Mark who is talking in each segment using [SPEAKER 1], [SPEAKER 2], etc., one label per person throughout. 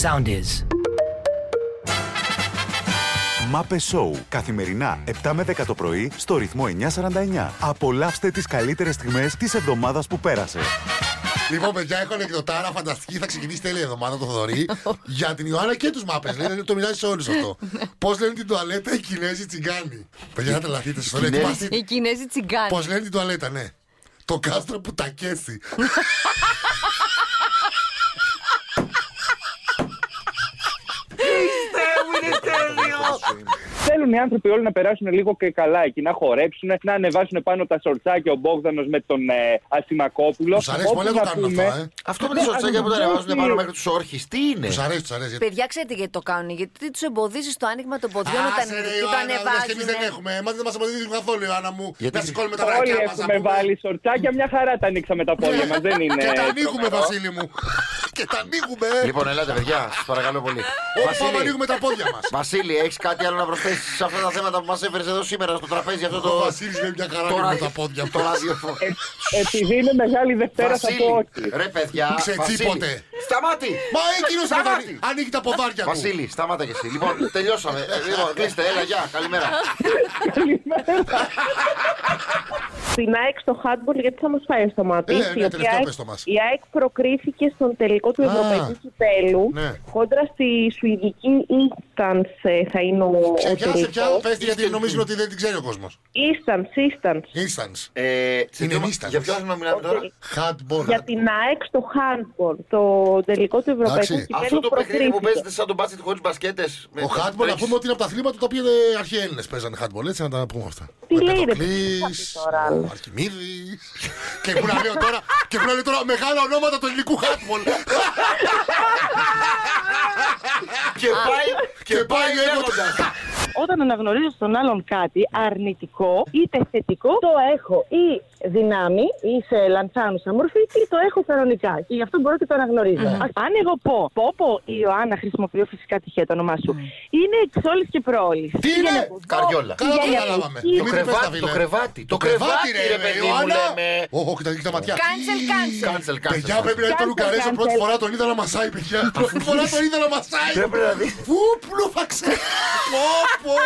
[SPEAKER 1] Sound is.
[SPEAKER 2] Μάπε Σόου. Καθημερινά 7 με 10 το πρωί στο ρυθμό 949. Απολαύστε τις καλύτερες στιγμές της εβδομάδας που πέρασε.
[SPEAKER 3] Λοιπόν, παιδιά, έχω ανεκδοτάρα φανταστική. Θα ξεκινήσει τέλεια εβδομάδα το Θοδωρή. για την Ιωάννα και τους μάπες. Λένε το μοιράζει σε όλους αυτό.
[SPEAKER 4] Ναι.
[SPEAKER 3] Πώς λένε την τουαλέτα οι Κινέζοι τσιγκάνοι. Παιδιά, να τρελαθείτε. Σας το λέω.
[SPEAKER 5] Οι Κινέζοι τσιγκάνοι.
[SPEAKER 3] Πώς λένε την τουαλέτα, ναι. Το κάστρο που τα κέσει.
[SPEAKER 4] Θέλουν οι άνθρωποι όλοι να περάσουν λίγο και καλά εκεί, να χορέψουν, να ανεβάσουν πάνω τα σορτσάκια ο Μπόγδανος με τον ε, Ασημακόπουλο.
[SPEAKER 3] Τους αρέσει
[SPEAKER 4] Όπου
[SPEAKER 3] πολύ να το κάνουν αυτό, ε.
[SPEAKER 6] Αυτό με τα σορτσάκια που τα ανεβάζουν πάνω μέχρι τους όρχες, τι είναι.
[SPEAKER 3] Τους αρέσει, τους αρέσει. γιατί-
[SPEAKER 5] Παιδιά, ξέρετε γιατί το κάνουν. Γιατί τους εμποδίζεις το άνοιγμα των ποδιών όταν
[SPEAKER 3] Άσε ρε,
[SPEAKER 5] και το
[SPEAKER 3] Ιωάννα, δες και εμείς δεν
[SPEAKER 5] ανεβάζουν.
[SPEAKER 3] έχουμε. Εμάς δεν μας αποδίδουν καθόλου, Ιωάννα μου.
[SPEAKER 6] Γιατί-
[SPEAKER 3] Να σηκώνουμε τα
[SPEAKER 4] ναι. Όλοι
[SPEAKER 3] βρακιά μας.
[SPEAKER 4] έχουμε
[SPEAKER 3] να πούμε.
[SPEAKER 4] βάλει σορτσάκια, μια χαρά τα ανοίξαμε τα πόδια μας. Δεν είναι.
[SPEAKER 3] Και τα ανοίγουμε,
[SPEAKER 4] τρομερό.
[SPEAKER 3] Βασίλη μου. Και τα ανοίγουμε, ε.
[SPEAKER 6] Λοιπόν, ελάτε, παιδιά, σας παρακαλώ πολύ.
[SPEAKER 3] Όπου Ε, πάμε,
[SPEAKER 6] Βασίλη,
[SPEAKER 3] ανοίγουμε τα πόδια μας.
[SPEAKER 6] Βασίλη έχεις κάτι άλλο να προσθέσεις σε αυτά τα θέματα που μας έφερες εδώ σήμερα στο τραπέζι αυτό
[SPEAKER 3] Ο
[SPEAKER 6] το.
[SPEAKER 3] Βασίλης λέει μια χαρά
[SPEAKER 6] το
[SPEAKER 3] ανοίγουμε
[SPEAKER 6] ράδι-
[SPEAKER 3] τα πόδια
[SPEAKER 6] Το
[SPEAKER 3] μας.
[SPEAKER 6] ραδιοφωνικό.
[SPEAKER 4] Ε, επειδή είναι μεγάλη Δευτέρα, θα πω
[SPEAKER 6] Βασίλη,
[SPEAKER 4] όχι.
[SPEAKER 6] ρε παιδιά.
[SPEAKER 3] Ξετσίποτε.
[SPEAKER 6] Βασίλη, Σταμάτη.
[SPEAKER 3] Μα ε, εκείνος
[SPEAKER 6] Σταμάτη.
[SPEAKER 3] με τον- ανοίγει τα ποδάρια του.
[SPEAKER 6] Βασίλη, σταμάτα και εσύ. Λοιπόν, τελειώσαμε. Ε, Λοιπόν, κλείστε, έλα, γεια, καλημέρα.
[SPEAKER 7] Στην ΑΕΚ στο handball γιατί θα μας φάει στο μάτι.
[SPEAKER 3] Ε, ναι,
[SPEAKER 7] η
[SPEAKER 3] τελευταίο
[SPEAKER 7] οποία-
[SPEAKER 3] πες το μας.
[SPEAKER 7] Η ΑΕΚ προκρίθηκε στον τελικό του
[SPEAKER 3] Α,
[SPEAKER 7] Ευρωπαϊκού Κυπέλου
[SPEAKER 3] ναι.
[SPEAKER 7] κόντρα στη Σουηδική Instance ε, θα είναι ο, ο
[SPEAKER 3] Σε ποια, σε ποια,
[SPEAKER 7] τελικός.
[SPEAKER 3] πες τη, γιατί νομίζουν ότι δεν την ξέρει ο κόσμος.
[SPEAKER 7] Instance, Instance.
[SPEAKER 3] Instance.
[SPEAKER 6] Ε,
[SPEAKER 3] Είναι
[SPEAKER 6] για-
[SPEAKER 3] νύστα.
[SPEAKER 6] Για ποιον να μιλάμε τώρα.
[SPEAKER 3] Handball.
[SPEAKER 7] Για την ΑΕΚ στο handball, το τελικό του Ευρωπαϊκού
[SPEAKER 3] Εντάξει.
[SPEAKER 7] Κυπέλου
[SPEAKER 6] Αυτό το παιχνίδι που
[SPEAKER 7] προκρίθηκε.
[SPEAKER 6] παίζεται σαν τον μπάσκετ χωρίς μπασκέτες. με-
[SPEAKER 3] Ο
[SPEAKER 6] με-
[SPEAKER 3] handball, να
[SPEAKER 6] τρέχεις.
[SPEAKER 3] πούμε ότι είναι από τα αθλήματα τα οποία ε, αρχαίοι Έλληνες παίζανε handball, έτσι να τα πούμε αυτά.
[SPEAKER 7] Τι
[SPEAKER 3] Ο
[SPEAKER 7] λέει, ρε,
[SPEAKER 3] Πετροκλής,
[SPEAKER 7] τι τώρα,
[SPEAKER 3] ο Αρχιμίδης και που να λέω τώρα, και που να λέω τώρα μεγάλα ονόματα του ελληνικού handball.
[SPEAKER 6] Και πάει,
[SPEAKER 3] και πάει λέγοντας.
[SPEAKER 8] Όταν αναγνωρίζω στον άλλον κάτι αρνητικό, είτε θετικό,
[SPEAKER 9] Το έχω ή δυνάμει ή σε λανθάνουσα μορφή ή το έχω κανονικά. Και γι' αυτό μπορώ και το αναγνωρίζω.
[SPEAKER 8] ας- αν εγώ πω, πω πω η Ιωάννα χρησιμοποιώ φυσικά τυχαία το όνομά σου, είναι εξ όλης και προόλης.
[SPEAKER 3] Τι είναι,
[SPEAKER 6] Καριόλα.
[SPEAKER 3] καλά το κατάλαβαμε.
[SPEAKER 6] Το
[SPEAKER 3] Δημήτρη, πες τα,
[SPEAKER 6] κρεβάτι,
[SPEAKER 3] φίλε.
[SPEAKER 6] το κρεβάτι, το
[SPEAKER 3] Το κρεβάτι,
[SPEAKER 6] κρεβάτι,
[SPEAKER 3] ρε,
[SPEAKER 6] ρε παιδί μου,
[SPEAKER 3] Ιωάννα.
[SPEAKER 6] λέμε.
[SPEAKER 3] Όχι, όχι, τα δείχνει τα ματιά.
[SPEAKER 5] Cancel, cancel.
[SPEAKER 6] Κάνσελ, κάνσελ.
[SPEAKER 3] Παιδιά, πρέπει να είναι το Λουκαρέζο. Πρώτη φορά τον είδα να μασάει, παιδιά. Πρώτη φορά τον είδα να μασάει.
[SPEAKER 6] Πρέπει να δεις.
[SPEAKER 3] Πού πλούφαξε. Πω, πω.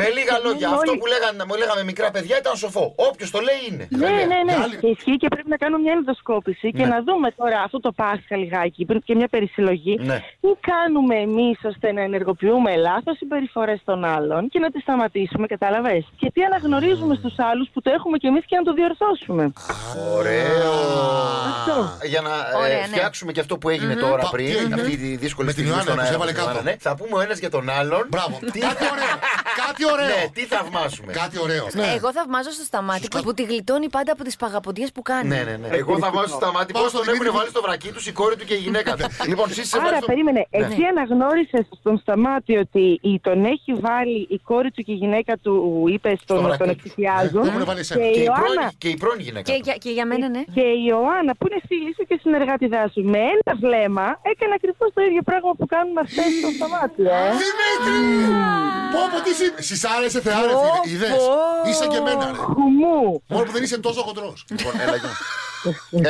[SPEAKER 6] Με λίγα λόγια, αυτό που λέγανε, μου λέγαμε μικρά παιδιά ήταν σοφό. Όποιος το λέει είναι.
[SPEAKER 8] Ναι, ναι, ναι.
[SPEAKER 3] Άλλη-
[SPEAKER 8] Και ισχύει και πρέπει να κάνουμε μια ενδοσκόπηση και να δούμε τώρα αυτό το Πάσχα λιγάκι πριν και μια περισυλλογή.
[SPEAKER 6] Ναι.
[SPEAKER 8] Τι κάνουμε εμείς ώστε να ενεργοποιούμε λάθος συμπεριφορές των άλλων και να τις σταματήσουμε, κατάλαβες. Και τι αναγνωρίζουμε στους άλλους που το έχουμε κι εμείς και να το διορθώσουμε.
[SPEAKER 6] Ωραίο. Για να ε,
[SPEAKER 5] Ωραία, ναι.
[SPEAKER 6] φτιάξουμε και αυτό που έγινε τώρα
[SPEAKER 3] Πα- τι
[SPEAKER 6] πριν,
[SPEAKER 3] έγινε?
[SPEAKER 6] αυτή τη δύσκολη
[SPEAKER 3] Με την
[SPEAKER 6] στιγμή
[SPEAKER 3] Ιωάννα
[SPEAKER 6] στον
[SPEAKER 3] που σε
[SPEAKER 6] αέρα,
[SPEAKER 3] έβαλε
[SPEAKER 6] με την
[SPEAKER 3] κάτω.
[SPEAKER 6] Ιωάννα, ναι. Θα πούμε ο ένας για τον άλλον.
[SPEAKER 3] Μπράβο.
[SPEAKER 6] Τι-
[SPEAKER 3] Κάτι ωραίο. Κάτι
[SPEAKER 6] Ναι,
[SPEAKER 3] ωραίο.
[SPEAKER 6] τι Ναι. θαυμάσουμε.
[SPEAKER 3] Κάτι ωραίο.
[SPEAKER 5] Εγώ θαυμάζω στο σταμάτη
[SPEAKER 3] Σωστά.
[SPEAKER 5] που, που τη γλιτώνει πάντα από τις παγαποντιές που κάνει.
[SPEAKER 6] Ναι, ναι, ναι. Εγώ θα βάζω στα μάτια
[SPEAKER 3] Πάω
[SPEAKER 6] πώ
[SPEAKER 3] στον
[SPEAKER 6] τον έχουν
[SPEAKER 3] Δημήτρη.
[SPEAKER 6] βάλει στο βρακί τους η κόρη του και η γυναίκα του. λοιπόν, εσύ σε
[SPEAKER 8] Άρα,
[SPEAKER 6] ευχαριστώ.
[SPEAKER 8] περίμενε. Εσύ αναγνώρισες στον σταμάτη ότι η- τον έχει βάλει η κόρη του και η γυναίκα του, είπες,
[SPEAKER 6] βρακί
[SPEAKER 8] τον, τον
[SPEAKER 6] τους.
[SPEAKER 8] εξηγιάζουν.
[SPEAKER 3] Ναι, το έχουν βάλει
[SPEAKER 8] και
[SPEAKER 3] εσένα.
[SPEAKER 8] η
[SPEAKER 6] Και η πρώην-
[SPEAKER 8] Ιωάννα.
[SPEAKER 6] Και η πρώην
[SPEAKER 5] Και,
[SPEAKER 6] γυναίκα. του.
[SPEAKER 5] για, και για μένα, ναι.
[SPEAKER 8] Και η Ιωάννα, που είναι φίλη σου και συνεργάτηδά σου, με ένα βλέμμα έκανε ακριβώς το ίδιο πράγμα που κάνουν αυτές στο σταμάτη. Ε.
[SPEAKER 3] Δημήτρη! Πω, πω, τι συ- συσάρεσαι θεάρε, φίλε. Είδες. Είσαι και εμένα, ρε.
[SPEAKER 8] Χουμού.
[SPEAKER 3] Μόνο που δεν είσαι τόσο χοντρός.
[SPEAKER 6] Λοιπόν, έλα, γεια.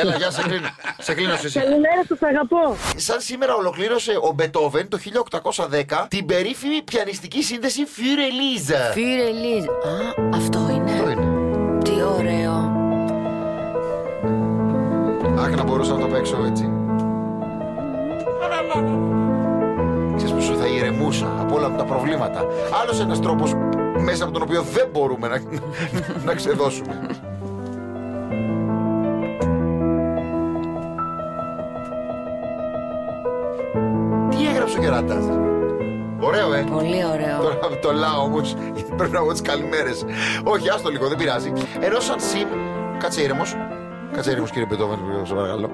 [SPEAKER 6] Έλα, γεια, σε κλείνω. Σε κλείνω σε εσύ.
[SPEAKER 9] Καλημέρα σας αγαπώ.
[SPEAKER 6] Σαν σήμερα ολοκλήρωσε ο Μπετόβεν το 1810 την περίφημη πιανιστική σύνδεση Φύρε Λίζα.
[SPEAKER 5] Φύρε Λίζ. Α, αυτό είναι. Τι ωραίο.
[SPEAKER 6] Αχ, να μπορούσα να το παίξω έτσι. Ξέρεις που σου θα ηρεμούσα από όλα τα προβλήματα. Άλλος ένας τρόπος μέσα από τον οποίο δεν μπορούμε να, να ξεδώσουμε. Τι έγραψε ο Κεράτας. Ωραίο, ε.
[SPEAKER 5] Πολύ ωραίο.
[SPEAKER 6] Τώρα το λάω όμω. Πρέπει να πω τις καλημέρες. Όχι, άστο λίγο, δεν πειράζει. Ενώ σαν σήμ. Κάτσε ήρεμος. Κάτσε ήρεμο, κύριε Πετόβεν, σε παρακαλώ.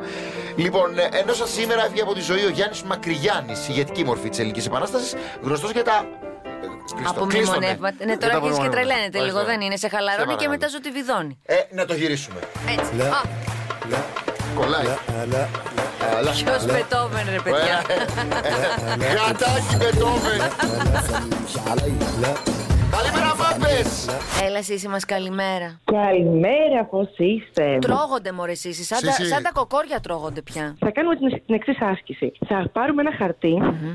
[SPEAKER 6] Λοιπόν, ε, ενώ σαν σήμερα έφυγε από τη ζωή ο Γιάννης Μακριγιάννη, ηγετική μορφή της Ελληνικής Επανάστασης, γνωστός για τα.
[SPEAKER 5] Από μνημονεύματα. Ναι, τώρα αρχίζεις και τρελαίνεται λίγο, δεν είναι. Σε χαλαρώνει και μετά ζωτιβιδώνει.
[SPEAKER 6] Ε, να το γυρίσουμε.
[SPEAKER 5] Έτσι. Α,
[SPEAKER 6] Κολλάει. Αλλά.
[SPEAKER 5] ποιο πετώμεν, ρε παιδιά.
[SPEAKER 6] Γατάκι Μπετόβεν. Καλημέρα, Μάρα. Λάπες!
[SPEAKER 5] Έλα, εσύ μας καλημέρα.
[SPEAKER 9] Καλημέρα, πώς είστε.
[SPEAKER 5] Τρώγονται μωρέ εσύ. Σαν, τα-
[SPEAKER 3] Σύση.
[SPEAKER 5] σαν τα κοκόρια τρώγονται πια.
[SPEAKER 9] Θα κάνουμε την, την εξής άσκηση. Θα πάρουμε ένα χαρτί,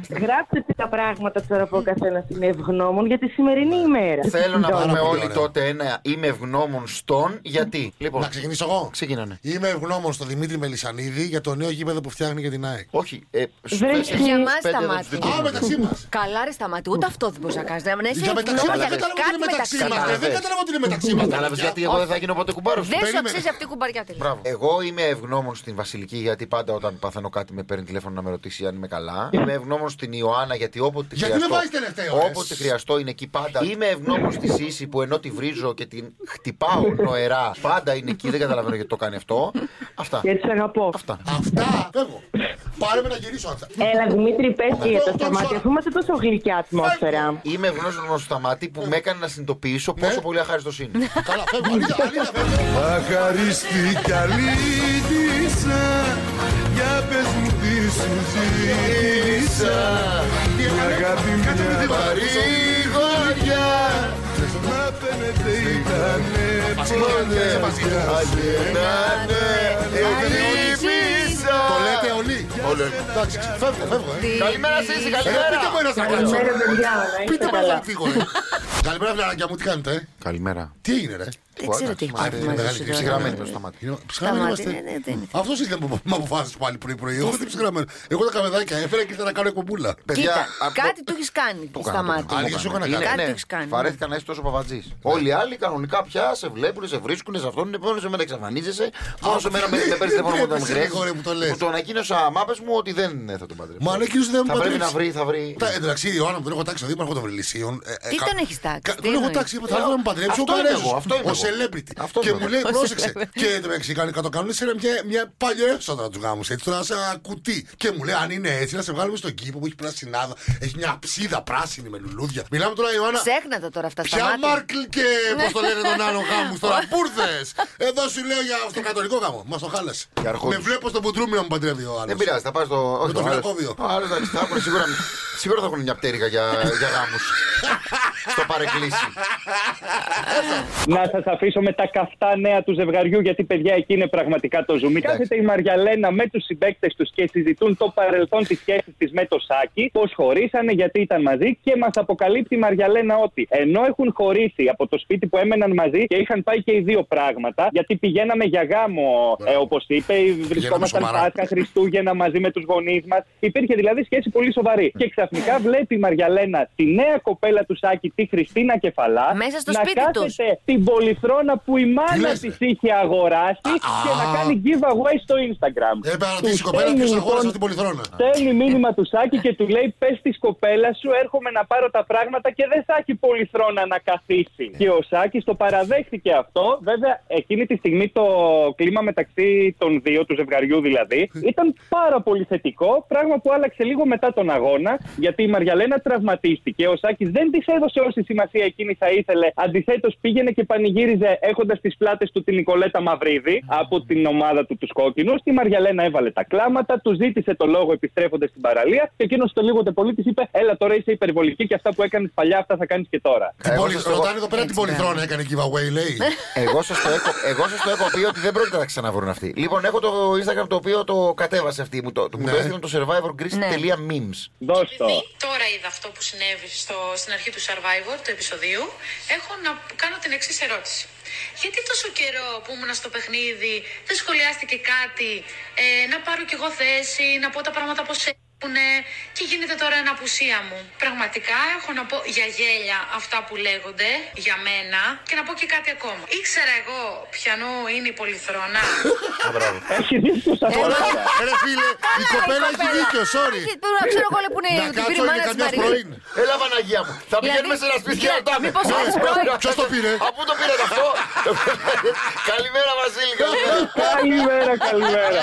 [SPEAKER 9] γράψτε τα πράγματα τώρα που ο καθένα είναι ευγνώμων για τη σημερινή ημέρα.
[SPEAKER 6] Θέλω να
[SPEAKER 3] Πάρα
[SPEAKER 6] πούμε
[SPEAKER 3] πολύ
[SPEAKER 6] όλοι
[SPEAKER 3] ωραία.
[SPEAKER 6] τότε ένα είμαι ευγνώμων στον γιατί.
[SPEAKER 3] ναι. Να
[SPEAKER 6] Λοιπόν,
[SPEAKER 3] ξεκινήσω εγώ.
[SPEAKER 6] ξεκινάνε.
[SPEAKER 3] Είμαι ευγνώμων στον Δημήτρη Μελισανίδη για το νέο γήπεδο που φτιάχνει για την ΑΕΚ.
[SPEAKER 6] Όχι, ε, στους
[SPEAKER 9] Βρε,
[SPEAKER 6] τέσσερις,
[SPEAKER 5] για μας
[SPEAKER 6] πέντε εδώ
[SPEAKER 5] τα
[SPEAKER 6] τους
[SPEAKER 5] μάτια.
[SPEAKER 6] δικούς
[SPEAKER 3] Α,
[SPEAKER 6] μας.
[SPEAKER 3] μεταξύ μας.
[SPEAKER 5] Καλά, ρε σταματή, ούτε αυτό δεν μπορούσα να κάνεις. Να είσαι
[SPEAKER 3] Για μεταξύ μας.
[SPEAKER 5] ευγνώμης,
[SPEAKER 3] Δεν κατάλαβα ότι
[SPEAKER 5] κάτι
[SPEAKER 3] είναι μεταξύ μα.
[SPEAKER 6] μεταξύ.
[SPEAKER 3] Δεν κατάλαβα ότι είναι μεταξύ μας.
[SPEAKER 6] Κατάλαβες γιατί εγώ δεν θα γίνω ποτέ κουμπάρος.
[SPEAKER 5] Δεν σου
[SPEAKER 3] Περίμενε.
[SPEAKER 5] αξίζει αυτή η κουμπαριά τελικά.
[SPEAKER 6] Μπράβο. Εγώ είμαι ευγνώμων στην Βασιλική γιατί πάντα όταν παθαίνω κάτι με παίρνει τηλέφωνο να με ρωτήσει αν είμαι καλά. Είμαι ευγνώμων στην Ιωάννα γιατί όποτε
[SPEAKER 3] Γιατί
[SPEAKER 6] χρειαστώ.
[SPEAKER 3] με βάζεις τελευταίο, ε?
[SPEAKER 6] Όποτε χρειαστώ είναι εκεί πάντα. Είμαι ευγνώμων στη Σύση που ενώ τη βρίζω και την χτυπάω νοερά πάντα είναι εκεί. Δεν καταλαβαίνω γιατί το κάνει αυτό. Αυτά.
[SPEAKER 9] Γιατί σε αγαπώ.
[SPEAKER 6] Αυτά.
[SPEAKER 3] Αυτά. Φεύγω. Πάρε με να γυρίσω. αν θα-
[SPEAKER 9] Έλα, Δημήτρη, πες τι για το
[SPEAKER 3] Αυτό,
[SPEAKER 9] σταμάτη,
[SPEAKER 3] αυτό.
[SPEAKER 9] αφού είμαστε τόσο γλυκιά ατμόσφαιρα.
[SPEAKER 6] Είμαι ευγνώμων στο σταμάτη που με έκανε να συνειδητοποιήσω
[SPEAKER 3] Ναι.
[SPEAKER 6] πόσο πολύ αχάριστος είναι.
[SPEAKER 3] Καλά, φεύγω. Αλήθεια, αλήθεια, φεύγω.
[SPEAKER 1] Αχαρίστη καλήτησα Για πες μου τι σου ζήτησα
[SPEAKER 3] Τι έκανε?
[SPEAKER 1] Αγάπη
[SPEAKER 3] Κάτσε με
[SPEAKER 1] μια
[SPEAKER 3] την
[SPEAKER 6] Παρηγοριά
[SPEAKER 1] να φαίνεται ήταν
[SPEAKER 3] Βασιλεία, Βασιλεία. Ε, Το λέτε όλοι. Εντάξει, φεύγω, φεύγω. ε.
[SPEAKER 6] Καλημέρα Σύση,
[SPEAKER 3] Ε, πείτε
[SPEAKER 6] καλημέρα.
[SPEAKER 3] μου ένα να κάτσω.
[SPEAKER 9] παιδιά, να είστε
[SPEAKER 3] Πείτε μου ένα
[SPEAKER 9] καλά.
[SPEAKER 3] να φύγω. ε. Καλημέρα, φιλαράκια μου, τι κάνετε. ε?
[SPEAKER 6] Καλημέρα.
[SPEAKER 3] Τι έγινε, ρε.
[SPEAKER 5] Δεν ξέρω ε, τι έχει
[SPEAKER 3] Α, επειδή είναι
[SPEAKER 5] μαζί
[SPEAKER 3] μεγάλη
[SPEAKER 5] σου
[SPEAKER 3] και
[SPEAKER 5] τώρα.
[SPEAKER 3] ψυχραμένη
[SPEAKER 6] το σταμάτη.
[SPEAKER 3] Ψυχραμένη
[SPEAKER 5] Σταμάτη,
[SPEAKER 3] είμαστε.
[SPEAKER 5] ναι, ναι, δεν είναι.
[SPEAKER 3] Αυτός ήθελε που με αποφάσισε πάλι πρωί-πρωί. Εγώ δεν ψυχραμένο. Εγώ τα καβεδάκια έφερα και ήθελα να κάνω εκπομπούλα.
[SPEAKER 5] Κοίτα,
[SPEAKER 6] από-
[SPEAKER 5] κάτι του έχεις κάνει
[SPEAKER 6] Το
[SPEAKER 5] στα
[SPEAKER 6] κάνω, το κάνω.
[SPEAKER 5] μάτια.
[SPEAKER 3] Αλήθεια, σου έκανα
[SPEAKER 6] Είναι-
[SPEAKER 3] κάτι.
[SPEAKER 5] Κάτι
[SPEAKER 6] ναι.
[SPEAKER 5] έχεις κάνει.
[SPEAKER 6] Βαρέθηκα να είσαι τόσο παπατζή. Ναι. Όλοι οι άλλοι κανονικά πια σε βλέπουν, σε βρίσκουν, σε αυτόν είναι μόνο σε μένα εξαφανίζεσαι. Μόνο σε μένα με με παίρνεις τηλέφωνο όταν μου
[SPEAKER 3] Έπεσε λίγο, ρε, Ναι, που το λες.
[SPEAKER 6] χρειάζεται. Του ανακοίνωσα μάπες μου ότι δεν ε, θα τον παντρεύω.
[SPEAKER 3] Μα ανακοίνωσε δεν θα
[SPEAKER 6] θα
[SPEAKER 3] μου
[SPEAKER 6] πρέπει να
[SPEAKER 3] παντρέψει.
[SPEAKER 6] βρει, θα βρει.
[SPEAKER 3] Τα- Εντάξει, η Ιωάννα που τον έχω τάξει στο δίπλα, τον βρελισίων.
[SPEAKER 5] Τι τον έχεις τάξει, τι
[SPEAKER 3] ε, Τον έχω
[SPEAKER 5] εννοείς?
[SPEAKER 3] τάξει, είπα, θα έρθω να μου παντρέψει ο
[SPEAKER 6] Αυτό είμαι
[SPEAKER 3] Καρέζο.
[SPEAKER 6] εγώ, αυτό είμαι
[SPEAKER 3] Ο
[SPEAKER 6] εγώ. Αυτός
[SPEAKER 3] celebrity. Και
[SPEAKER 6] είμαι
[SPEAKER 3] μου
[SPEAKER 6] εγώ.
[SPEAKER 3] λέει, πρόσεξε. Και εν τω μεταξύ κάνει κατά κανόνα σε μια- μια παλιοέφουσα τώρα τους γάμους. Έτσι τώρα σε ένα κουτί. Και μου λέει, αν είναι έτσι, να σε βγάλουμε στον κήπο που έχει πράσινάδα. Έχει μια ψίδα πράσινη με λουλούδια. Μιλάμε τώρα, Ιωάννα.
[SPEAKER 5] Ξέχνα τα τώρα αυτά στα
[SPEAKER 3] Ποια
[SPEAKER 5] μάτια.
[SPEAKER 3] Μάρκλ και πώς το λένε τον άλλο γάμο τώρα, πούρθε! Εδώ σου λέω για αυτό κατολικό γάμο. Μας το χάλασε.
[SPEAKER 6] Για αρχόντους.
[SPEAKER 3] Με βλέπω στον Πουτρούμι να μου παντρεύει ο άλλος.
[SPEAKER 6] Δεν πειράζει, θα πάει στο.
[SPEAKER 3] το
[SPEAKER 6] Όχι, ο άλλος-
[SPEAKER 3] φυλακόβιο.
[SPEAKER 6] ο άλλος, εντάξει, θα έχουν σίγουρα, σίγουρα θα έχουν μια πτέρυγα για, για γάμους. στο παρεκκλήσι.
[SPEAKER 4] Να σας αφήσω με τα καυτά νέα του ζευγαριού, γιατί παιδιά εκεί είναι πραγματικά το ζουμί. Κάθεται η Μαριαλένα με τους συμπαίκτες τους και συζητούν το παρελθόν της σχέσης της με το Σάκη, πώς χωρίσανε, γιατί ήταν μαζί και μας αποκαλύπτει η Μαριαλένα ότι ενώ έχουν χωρίσει από το σπίτι που έμεναν μαζί και είχαν πάει και οι δύο πράγματα, γιατί πηγαίναμε για γάμο, ε, όπως είπε, βρισκόμασταν
[SPEAKER 3] σοβαρά.
[SPEAKER 4] Πάσχα, Χριστούγεννα μαζί με τους γονείς μας. Υπήρχε δηλαδή σχέση πολύ σοβαρή. Και ξαφνικά βλέπει η Μαριαλένα τη νέα κοπέλα του Σάκη, τη Χριστίνα Κεφαλά,
[SPEAKER 5] Μέσα στο
[SPEAKER 4] να
[SPEAKER 5] σπίτι
[SPEAKER 4] κάθεται
[SPEAKER 5] τους.
[SPEAKER 4] την πολυθρόνα που η
[SPEAKER 3] Τι
[SPEAKER 4] μάνα
[SPEAKER 3] λες,
[SPEAKER 4] τη
[SPEAKER 3] ρε?
[SPEAKER 4] είχε αγοράσει
[SPEAKER 3] Α, Ε,
[SPEAKER 4] και
[SPEAKER 3] α.
[SPEAKER 4] να κάνει giveaway στο Instagram.
[SPEAKER 3] Έπρεπε να
[SPEAKER 4] Του
[SPEAKER 3] ρωτήσει η κοπέλα
[SPEAKER 4] στέλνει,
[SPEAKER 3] ποιος αγόρασε
[SPEAKER 4] λοιπόν,
[SPEAKER 3] αυτή την πολυθρόνα.
[SPEAKER 4] Στέλνει μήνυμα του Σάκη και του λέει: Πες της κοπέλας σου, έρχομαι να πάρω τα πράγματα και δεν θα έχει πολυθρόνα να
[SPEAKER 3] Ε.
[SPEAKER 4] καθίσει. Και ο Σάκης το παραδέχτηκε αυτό. Βέβαια, εκείνη τη στιγμή το κλίμα μεταξύ των δύο, του ζευγαριού δηλαδή,
[SPEAKER 3] Ε.
[SPEAKER 4] ήταν πάρα πολύ θετικό. Πράγμα που άλλαξε λίγο μετά τον αγώνα, γιατί η Μαριαλένα τραυματίστηκε. Ο Σάκης δεν της έδωσε όση σημασία εκείνη θα ήθελε. Αντιθέτως, πήγαινε και πανηγύριζε έχοντας τις πλάτες του την Νικολέτα Μαυρίδη από την ομάδα του τους κόκκινους. Τη Μαριαλένα έβαλε τα κλάματα, του ζήτησε το λόγο επιστρέφοντας στην παραλία και εκείνος το λίγοτε πολύ τη είπε: Έλα τώρα είσαι υπερβολική και αυτά που έκανες παλιά, αυτά θα κάνεις και τώρα.
[SPEAKER 3] Την
[SPEAKER 6] Εγώ
[SPEAKER 3] πολυ-
[SPEAKER 6] σας το έχω-
[SPEAKER 3] Ρωτάνε εδώ πέρα την πολυθρόνα έκανε giveaway, λέει.
[SPEAKER 6] Εγώ σας το, έχω- εγώ σας το έχω πει ότι δεν πρόκειται να τα ξαναβρουν αυτοί. Λοιπόν, έχω το Instagram το οποίο το κατέβασε αυτή. Μου το, μου το
[SPEAKER 3] Ναι.
[SPEAKER 6] έστειλε το survivorgreece.memes.
[SPEAKER 4] Δώσ' το.
[SPEAKER 10] Επειδή τώρα είδα αυτό που συνέβη στο, στην αρχή του Survivor, του επεισοδίου, έχω να κάνω την εξής ερώτηση. Γιατί τόσο καιρό που ήμουν στο παιχνίδι, δεν σχολιάστηκε κάτι, ε, να πάρω κι εγώ θέση, να πω τα πράγματα πως έχουν και γίνεται τώρα ένα απουσία μου. Πραγματικά έχω να πω για γέλια αυτά που λέγονται για μένα και να πω και κάτι ακόμα. Ήξερα εγώ ποιανού είναι η πολυθρόνα.
[SPEAKER 4] Έχει δίκιο
[SPEAKER 5] Ε,
[SPEAKER 4] σε αυτό.
[SPEAKER 3] Ωραία, ρε φίλε, η κοπέλα έχει δίκιο, sorry.
[SPEAKER 5] Πρέπει να ξέρω εγώ λέει, που είναι
[SPEAKER 3] Να
[SPEAKER 5] η ε, την
[SPEAKER 3] κάτσω είναι
[SPEAKER 5] πήρε η μάνα της
[SPEAKER 3] καμιάς
[SPEAKER 5] Μαρίας.
[SPEAKER 3] πρώην.
[SPEAKER 6] Έλα Παναγία μου. Θα πηγαίνουμε σε ένα σπίτι και να
[SPEAKER 5] δηλαδή,
[SPEAKER 6] ρωτάμε.
[SPEAKER 5] μήπως ο άλλος πρώην.
[SPEAKER 3] Ποιος το πήρε?
[SPEAKER 6] Από το πήρε αυτό. Καλημέρα Βασίλη. καλημέρα.
[SPEAKER 4] Καλημέρα, καλημέρα.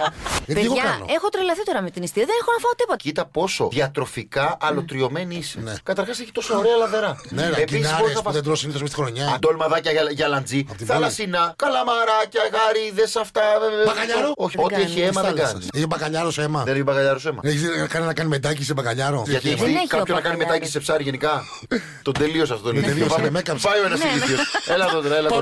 [SPEAKER 3] Γιατί εγώ
[SPEAKER 5] Παιδιά,
[SPEAKER 3] Ε,
[SPEAKER 5] ε,
[SPEAKER 3] κάνω.
[SPEAKER 5] έχω τρελαθεί τώρα με την ιστία. Δεν έχω να φάω τίποτα.
[SPEAKER 6] κοίτα πόσο διατροφικά αλωτριωμένη είσαι. Ναι. Καταρχάς έχει τόσο ωραία λαδερά.
[SPEAKER 3] Ναι, ρε, κοινάρες που δεν τρώω συνήθως μες στη χρονιά.
[SPEAKER 6] Αντόλμαδάκια για, για λαντζή. Θαλασσινά, καλαμαράκια, γαρίδες, αυτά.
[SPEAKER 3] Μπακαλιάρο.
[SPEAKER 6] Όχι, ό,τι έχει αίμα δεν κάνει.
[SPEAKER 3] Έχει μπακαλιάρο αίμα.
[SPEAKER 6] Δεν έχει μπακαλιάρο αίμα.
[SPEAKER 3] Έχεις κάνει να κάνει μετάκι σε μπακαλιάρο.
[SPEAKER 6] Γιατί έχει δει κάποιον να κάνει μετάκι σε ψάρι γενικά. Τον τελείωσα αυτό.
[SPEAKER 3] Τον τελείωσα.
[SPEAKER 6] Πάει ο ένας
[SPEAKER 5] Ναι,
[SPEAKER 6] ηλικίο. Έλα εδώ, έλα εδώ.
[SPEAKER 5] Ο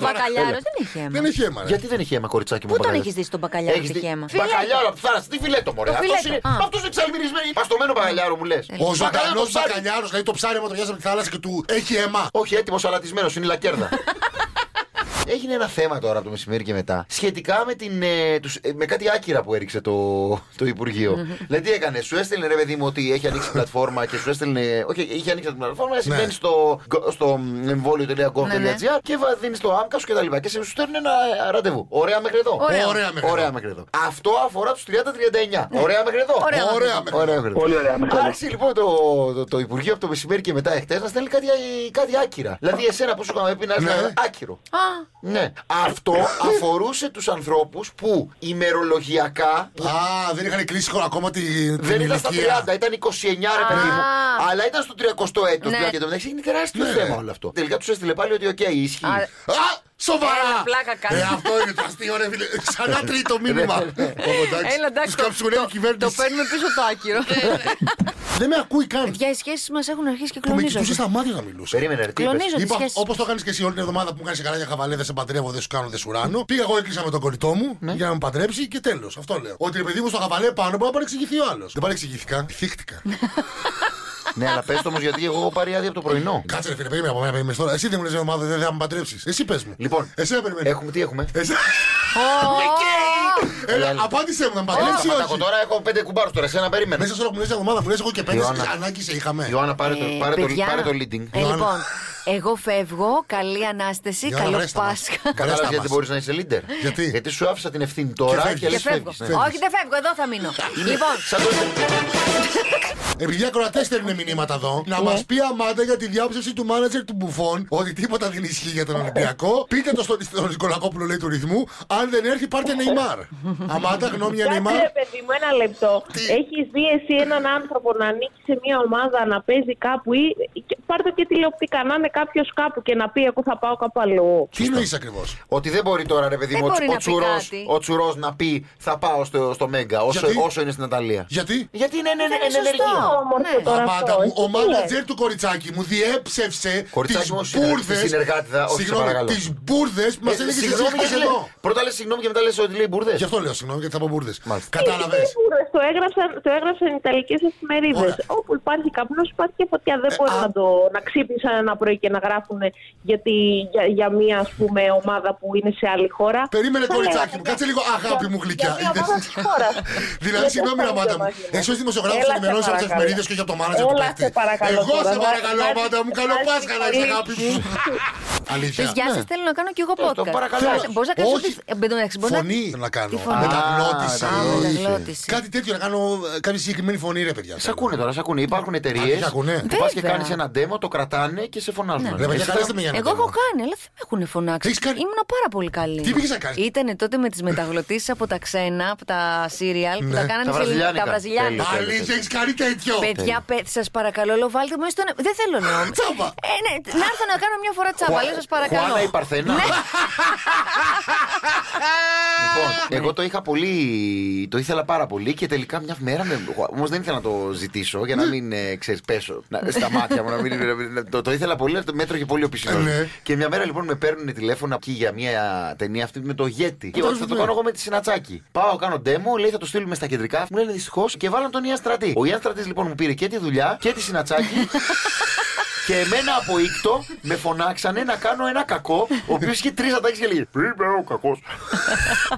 [SPEAKER 5] μπακαλιάρο δεν έχει αίμα.
[SPEAKER 3] Δεν έχει αίμα.
[SPEAKER 6] Γιατί δεν έχει αίμα, κοριτσάκι μου.
[SPEAKER 5] Πού τον έχεις δει τον μπακαλιάρο που έχει αίμα.
[SPEAKER 6] Μπακαλιάρο από τη θάλασσα, τι φιλέτο μωρέ. Αυτό είναι εξαλμυρισμένο. Παστομένο μπακαλιάρο μου λες.
[SPEAKER 3] Ο ζωντανό μπακαλιάρο, δηλαδή το ψάρι μου το από τη θάλασσα και του έχει αίμα.
[SPEAKER 6] Όχι έτοιμος αλατισμένος, είναι η λακέρδα. Έγινε ένα θέμα τώρα από το μεσημέρι και μετά. Σχετικά με, την, ε, τους, ε, με κάτι άκυρα που έριξε το, το Υπουργείο. Δηλαδή τι έκανε, σου έστελνε ρε παιδί μου ότι έχει ανοίξει πλατφόρμα και σου έστελνε. Όχι, είχε ανοίξει την πλατφόρμα, εσύ μπαίνει στο, στο εμβόλιο.gov.gr και δίνεις το άμκα σου κτλ. Και, και σε σου στέλνουν ένα ε, ραντεβού. Ωραία μέχρι εδώ.
[SPEAKER 3] Ωραία, ωραία, μέχρι,
[SPEAKER 6] ωραία μέχρι εδώ. Αυτό αφορά τους 30-39. Ωραία μέχρι εδώ.
[SPEAKER 3] Ωραία μέχρι
[SPEAKER 6] εδώ. Άρχισε λοιπόν το, το, το Υπουργείο από το μεσημέρι και μετά εχθές να στέλνει κάτι, κάτι άκυρα. Δηλαδή εσένα που σου είχαμε πει να είσαι άκυρο. Ναι. Αυτό αφορούσε τους ανθρώπους που ημερολογιακά.
[SPEAKER 3] Α, δεν είχαν κλείσει ακόμα τη.
[SPEAKER 6] Δεν ήταν στα 30, ήταν 29 ρε παιδί μου. Αλλά ήταν στο 30ο έτος.
[SPEAKER 5] Ναι.
[SPEAKER 6] Και το μεταξύ είναι τεράστιο
[SPEAKER 3] Ναι.
[SPEAKER 6] θέμα όλο αυτό. Τελικά τους έστειλε πάλι ότι οκ, ισχύει. Α!
[SPEAKER 3] Σοβαρά!
[SPEAKER 5] Έλα, πλάκα
[SPEAKER 3] κάνει. Ε, αυτό είναι το αστείο, ρε φίλε. Ξανά τρίτο μήνυμα.
[SPEAKER 5] Έλα, εντάξει.
[SPEAKER 3] Τους κάψουν
[SPEAKER 5] το, το παίρνουμε πίσω το άκυρο.
[SPEAKER 3] Δεν με ακούει καν.
[SPEAKER 5] Παιδιά, οι σχέσεις μας έχουν αρχίσει και
[SPEAKER 3] Που με
[SPEAKER 5] κλονίζονται.
[SPEAKER 3] κοιτούσες στα μάτια να μιλούσες.
[SPEAKER 6] Περίμενε, ρε, τι είπες.
[SPEAKER 5] Κλονίζονται οι
[SPEAKER 3] Είπα,
[SPEAKER 5] σχέσεις.
[SPEAKER 3] όπως το κάνεις και εσύ όλη την εβδομάδα που μου κάνεις καλά για χαβαλέ, δεν σε παντρεύω, δεν σου κάνω, δεν σου ράνω. Πήγα εγώ, έκλεισα με τον κολλητό μου για να με παντρέψει και τέλος. Αυτό λέω. Ότι ρε παιδί μου στο χαβαλέ πάνω μπορεί να παρεξηγηθεί ο άλλος. Δεν παρεξηγήθηκα. Θύχτηκα.
[SPEAKER 6] Ναι, αλλά πες το όμως γιατί εγώ έχω πάρει άδεια από το πρωινό.
[SPEAKER 3] Κάτσε ρε φίλε, περίμενα από μένα περίμενε τώρα. Εσύ δεν μου λες ομάδα, δεν θα με παντρέψεις. Εσύ πες μου.
[SPEAKER 6] Λοιπόν,
[SPEAKER 3] Εσύ να Ε, περιμένεις.
[SPEAKER 6] Έχουμε, τι έχουμε.
[SPEAKER 3] Έλα, Ε, απάντησε μου να με παντρέψεις ή
[SPEAKER 6] Πατάκο,
[SPEAKER 3] όχι.
[SPEAKER 6] Τώρα έχω πέντε κουμπάρους τώρα, εσένα περίμενα.
[SPEAKER 3] Μέσα σε όλα που μου λε ομάδα που λες, εγώ και πέντε
[SPEAKER 6] Ιωάννα.
[SPEAKER 3] ανάγκη σε είχαμε.
[SPEAKER 6] Ιωάννα, πάρε το,
[SPEAKER 5] Ε,
[SPEAKER 6] πάρε το,
[SPEAKER 5] παιδιά.
[SPEAKER 6] πάρε το leading.
[SPEAKER 5] Ε, λοιπόν, εγώ φεύγω. Καλή ανάσταση.
[SPEAKER 3] Ιωάννα,
[SPEAKER 5] Καλό
[SPEAKER 3] βρέστα μας.
[SPEAKER 5] Πάσχα.
[SPEAKER 3] Καλά
[SPEAKER 6] Κατάλαβε
[SPEAKER 3] στα
[SPEAKER 6] γιατί
[SPEAKER 3] μας.
[SPEAKER 6] μπορείς να είσαι leader.
[SPEAKER 3] Γιατί?
[SPEAKER 6] σου άφησα την ευθύνη τώρα
[SPEAKER 3] φεύγεις.
[SPEAKER 6] και Ναι.
[SPEAKER 5] Και
[SPEAKER 6] λε
[SPEAKER 5] φεύγω.
[SPEAKER 6] φεύγει.
[SPEAKER 3] φεύγεις.
[SPEAKER 5] Όχι, δεν φεύγω, εδώ θα μείνω. Λοιπόν,
[SPEAKER 3] Επειδή οι ακροατές στέλνουν μηνύματα εδώ,
[SPEAKER 9] Ναι.
[SPEAKER 3] να μας πει αμάντα για τη διάψευση του μάνατζερ του Μπουφών ότι τίποτα δεν ισχύει για τον Ολυμπιακό. Πείτε το στον στον Νικολακόπουλο, λέει του ρυθμού. Αν δεν έρθει, πάρτε Νεϊμάρ. Αμάντα, γνώμη για
[SPEAKER 9] Κάτσε
[SPEAKER 3] Νεϊμάρ.
[SPEAKER 9] ρε παιδί μου ένα λεπτό. Έχεις δει εσύ έναν άνθρωπο να ανήκει σε μια ομάδα να παίζει κάπου ή και- πάρ' το και τηλεοπτικά να είναι κάποιος κάπου και να πει εγώ θα πάω κάπου αλλού.
[SPEAKER 3] Τι εννοείς ακριβώς.
[SPEAKER 6] Ότι δεν μπορεί τώρα ρε παιδί
[SPEAKER 5] Δεν
[SPEAKER 6] μου ο
[SPEAKER 5] μπορεί
[SPEAKER 6] Τσου-
[SPEAKER 5] να
[SPEAKER 6] ο
[SPEAKER 5] πει
[SPEAKER 6] Τσουρός-
[SPEAKER 5] κάτι.
[SPEAKER 6] ο Τσουρός να πει θα πάω στο, στο Μέγκα όσο,
[SPEAKER 3] Γιατί?
[SPEAKER 6] όσο είναι στην Ιταλία.
[SPEAKER 3] Γιατί.
[SPEAKER 6] Γιατί είναι
[SPEAKER 5] Δεν είναι
[SPEAKER 6] εν- εν-
[SPEAKER 5] σωστό.
[SPEAKER 6] ενεργείο.
[SPEAKER 9] Όμορφο
[SPEAKER 5] Ναι.
[SPEAKER 9] τώρα
[SPEAKER 3] Αμάντα
[SPEAKER 9] αυτό.
[SPEAKER 3] μου, ο
[SPEAKER 9] εσύ τι λες.
[SPEAKER 3] μάνατζερ του κοριτσάκι μου διέψευσε
[SPEAKER 6] Κοριτσάκι
[SPEAKER 3] τι
[SPEAKER 6] μου, συνεργάτη-
[SPEAKER 3] μπουρδε.
[SPEAKER 6] συνεργάτη θα- όχι, σε παρακαλώ.
[SPEAKER 3] τις μπουρδες που μας
[SPEAKER 6] Ε,
[SPEAKER 3] έλεγε εσύ
[SPEAKER 6] συγγνώμη,
[SPEAKER 3] χθες
[SPEAKER 6] γιατί
[SPEAKER 3] εδώ.
[SPEAKER 6] λέει- Πρώτα λες συγγνώμη και μετά λες ότι λέει μπουρδες.
[SPEAKER 3] Γι' αυτό λέω συγγνώμη γιατί θα πω μπουρδες.
[SPEAKER 6] Μάλιστα.
[SPEAKER 3] Κατάλαβες.
[SPEAKER 9] Τι σίγουρες, Το έγραψαν, το έγραψαν Ιταλικές εφημερίδες.
[SPEAKER 3] Ωραία. Ε,
[SPEAKER 9] Όπου υπάρχει καπνός, υπάρχει και φωτιά. Δεν μπορεί
[SPEAKER 3] α.
[SPEAKER 9] να, το, να ξύπνησαν ένα πρωί και να γράφουν γιατί, για, για μία ας πούμε, ομάδα που είναι σε άλλη χώρα.
[SPEAKER 3] Περίμενε,
[SPEAKER 9] Θα
[SPEAKER 3] κοριτσάκι
[SPEAKER 9] λέγανε
[SPEAKER 3] μου,
[SPEAKER 9] για-
[SPEAKER 3] κάτσε λίγο. Αγάπη
[SPEAKER 9] για-
[SPEAKER 3] μου, γλυκιά.
[SPEAKER 9] Για μία ομάδα
[SPEAKER 3] Είδες.
[SPEAKER 9] της χώρας.
[SPEAKER 3] Δηλαδή,
[SPEAKER 9] Γιατί
[SPEAKER 3] συγγνώμη,
[SPEAKER 9] αυτό
[SPEAKER 3] Αμάντα μου.
[SPEAKER 9] είναι το
[SPEAKER 3] Εσύ ω δημοσιογράφο
[SPEAKER 9] Έλα, σε
[SPEAKER 3] ενημερώνει από τι
[SPEAKER 9] παρακαλώ.
[SPEAKER 3] εφημερίδε και όχι από το μάνατζερ του
[SPEAKER 9] Έλα, σε
[SPEAKER 3] παίκτη.
[SPEAKER 9] παρακαλώ
[SPEAKER 3] Εγώ
[SPEAKER 9] τώρα,
[SPEAKER 3] σε
[SPEAKER 9] να-
[SPEAKER 3] παρακαλώ,
[SPEAKER 9] να-
[SPEAKER 3] Αμάντα μου, καλό
[SPEAKER 9] να-
[SPEAKER 3] Πάσχα να είσαι,
[SPEAKER 9] πολύ.
[SPEAKER 3] αγάπη μου. Αλήθεια. Ναι.
[SPEAKER 5] παιδιά, σας θέλω να κάνω κι εγώ
[SPEAKER 6] Ναι. Το- το
[SPEAKER 5] podcast.
[SPEAKER 6] παρακαλώ.
[SPEAKER 5] Μπορείς να κάνεις
[SPEAKER 3] Όχι.
[SPEAKER 5] ό,τι. Ε, Εν τω μεταξύ, μπορείς να-
[SPEAKER 3] Φωνή θέλω να
[SPEAKER 5] Τι
[SPEAKER 3] κάνω.
[SPEAKER 5] φωνή?
[SPEAKER 3] Μεταγνώτηση.
[SPEAKER 6] Α,
[SPEAKER 5] Α,
[SPEAKER 6] όχι.
[SPEAKER 5] μεταγλώτηση.
[SPEAKER 3] Κάτι τέτοιο να κάνω, ε, κάποια συγκεκριμένη φωνή, ρε παιδιά.
[SPEAKER 6] Σ' ακούνε τώρα, σ' ακούνε. Υπάρχουν εταιρείε
[SPEAKER 3] Α, σ' ακούνε.
[SPEAKER 6] που πας και
[SPEAKER 5] Βέβαια. Ναι,
[SPEAKER 6] κάνεις ένα demo, το κρατάνε και σε φωνάζουν. Ε,
[SPEAKER 3] Ρε παιδιά, καλέστε με για να
[SPEAKER 5] Εγώ έχω
[SPEAKER 3] κάνω.
[SPEAKER 5] κάνει, αλλά δεν με έχουν φωνάξει.
[SPEAKER 3] Έχεις κάνει-
[SPEAKER 5] Ήμουν πάρα πολύ καλή.
[SPEAKER 3] Τι πήγες να κάνεις?
[SPEAKER 5] Ήτανε τότε με τις μεταγλωτήσεις από τα ξένα, από τα σύριαλ που
[SPEAKER 3] Ναι.
[SPEAKER 5] τα κάνανε
[SPEAKER 6] Τα
[SPEAKER 5] σε ελληνικά. Τα
[SPEAKER 6] βραζιλιάνικα.
[SPEAKER 5] βραζιλιάνικα.
[SPEAKER 6] Τέλειο.
[SPEAKER 3] Αλήθεια, έχεις κάνει τέτοιο.
[SPEAKER 5] Παιδιά, σας παρακαλώ, λέω, βάλτε μου έστω ένα- Δεν θέλω νόμο.
[SPEAKER 3] Τσάμπα.
[SPEAKER 5] Ε, ναι, να έρθω να κάνω μια φορά τσάμπα, λέω, σας παρακαλώ.
[SPEAKER 6] Χουάνα η Παρθένα.
[SPEAKER 3] Ναι.
[SPEAKER 6] Λοιπόν, εγώ το είχα πολύ, το ήθελα πάρα πολύ και τελικά μια μέρα, όμως δεν ήθελα να το ζητήσω
[SPEAKER 3] Ναι.
[SPEAKER 6] για να μην ε, ξέρεις πέσω να- στα μάτια μου. να μην- να μην- το, το ήθελα πολύ, αλλά το μέτρο και πολύ ο πισινός.
[SPEAKER 3] Ε, ναι.
[SPEAKER 6] Και μια μέρα λοιπόν με παίρνουν τηλέφωνο εκεί για μια ταινία αυτή με το Yeti. Και ότι θα το κάνω εγώ με τη Συνατσάκη. Πάω, κάνω demo, λέει θα το στείλουμε στα κεντρικά. Μου λένε δυστυχώς και βάλαν τον Ιαν Στρατή. Ο Ιαν Στρατή λοιπόν μου πήρε και τη δουλειά και τη Συνατσάκη. Και εμένα από ήκτο με φωνάξανε να κάνω ένα κακό, ο οποίος είχε τρεις αντάξει και λέγε Είμαι ο κακό.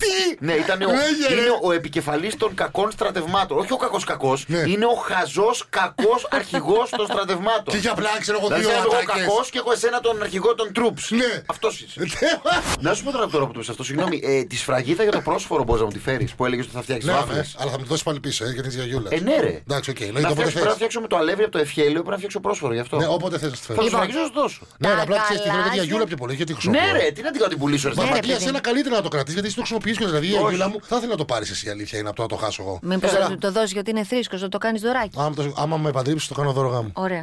[SPEAKER 6] Τι! Ναι, ήταν ο,
[SPEAKER 3] Λέγε, ρε.
[SPEAKER 6] είναι ο επικεφαλής των κακών στρατευμάτων. Όχι ο κακός κακός,
[SPEAKER 3] Ναι.
[SPEAKER 6] είναι ο χαζός κακός αρχηγός των στρατευμάτων.
[SPEAKER 3] Και για απλά ξέρω εγώ
[SPEAKER 6] Δηλαδή,
[SPEAKER 3] δύο
[SPEAKER 6] αν εγώ
[SPEAKER 3] ατάκες.
[SPEAKER 6] κακός και έχω εσένα τον αρχηγό των troops.
[SPEAKER 3] Ναι.
[SPEAKER 6] Αυτός είσαι. να σου πω τώρα τώρα που το πει αυτό, συγγνώμη, ε, τη σφραγίδα για το πρόσφορο μπορείς να μου τη φέρεις που έλεγες ότι θα φτιάξεις
[SPEAKER 3] Ναι,
[SPEAKER 6] βάφλε.
[SPEAKER 3] ναι, αλλά θα μου δώσεις πάλι πίσω, ε, γιατί είναι της γιαγιούλας.
[SPEAKER 6] Ε, ναι, ρε.
[SPEAKER 3] Εντάξει, οκ,
[SPEAKER 6] Να
[SPEAKER 3] λογικό
[SPEAKER 6] φτιάξω,
[SPEAKER 3] πότε
[SPEAKER 6] πρέπει να
[SPEAKER 3] θες.
[SPEAKER 6] φτιάξω με το αλεύρι από το ευχέλιο, πρέπει να φτιάξω πρόσφορο γι' αυτό. Λοιπόν,
[SPEAKER 3] Ναι, όποτε δεν θες να τη φέρω.
[SPEAKER 6] Θα σου φαγγίσω, θα σου δώσω.
[SPEAKER 3] Ναι,
[SPEAKER 5] Τα
[SPEAKER 3] απλά ξέρεις τη θέλω για
[SPEAKER 5] γαλάζια-
[SPEAKER 3] γιούλα πιο πολύ. Γιατί έχω
[SPEAKER 6] Ναι, ρε, τι να την κάνω την πουλήσω, ρε.
[SPEAKER 3] Μα
[SPEAKER 6] στα
[SPEAKER 5] ρε,
[SPEAKER 3] ναι,
[SPEAKER 6] μάτια.
[SPEAKER 5] παιδί.
[SPEAKER 3] ένα καλύτερα να το κρατήσεις γιατί εσύ το χρησιμοποιείς και δηλαδή η γιούλα μου θα ήθελα να το πάρεις εσύ η αλήθεια είναι από το να το χάσω εγώ.
[SPEAKER 5] Μήπως
[SPEAKER 3] Τώρα,
[SPEAKER 5] θα του το δώσεις γιατί είναι θρήσκος, θα το κάνεις δωράκι.
[SPEAKER 3] άμα το- Άμα με επαντρύψει το κάνω δώρο γάμου.
[SPEAKER 5] Ωραία.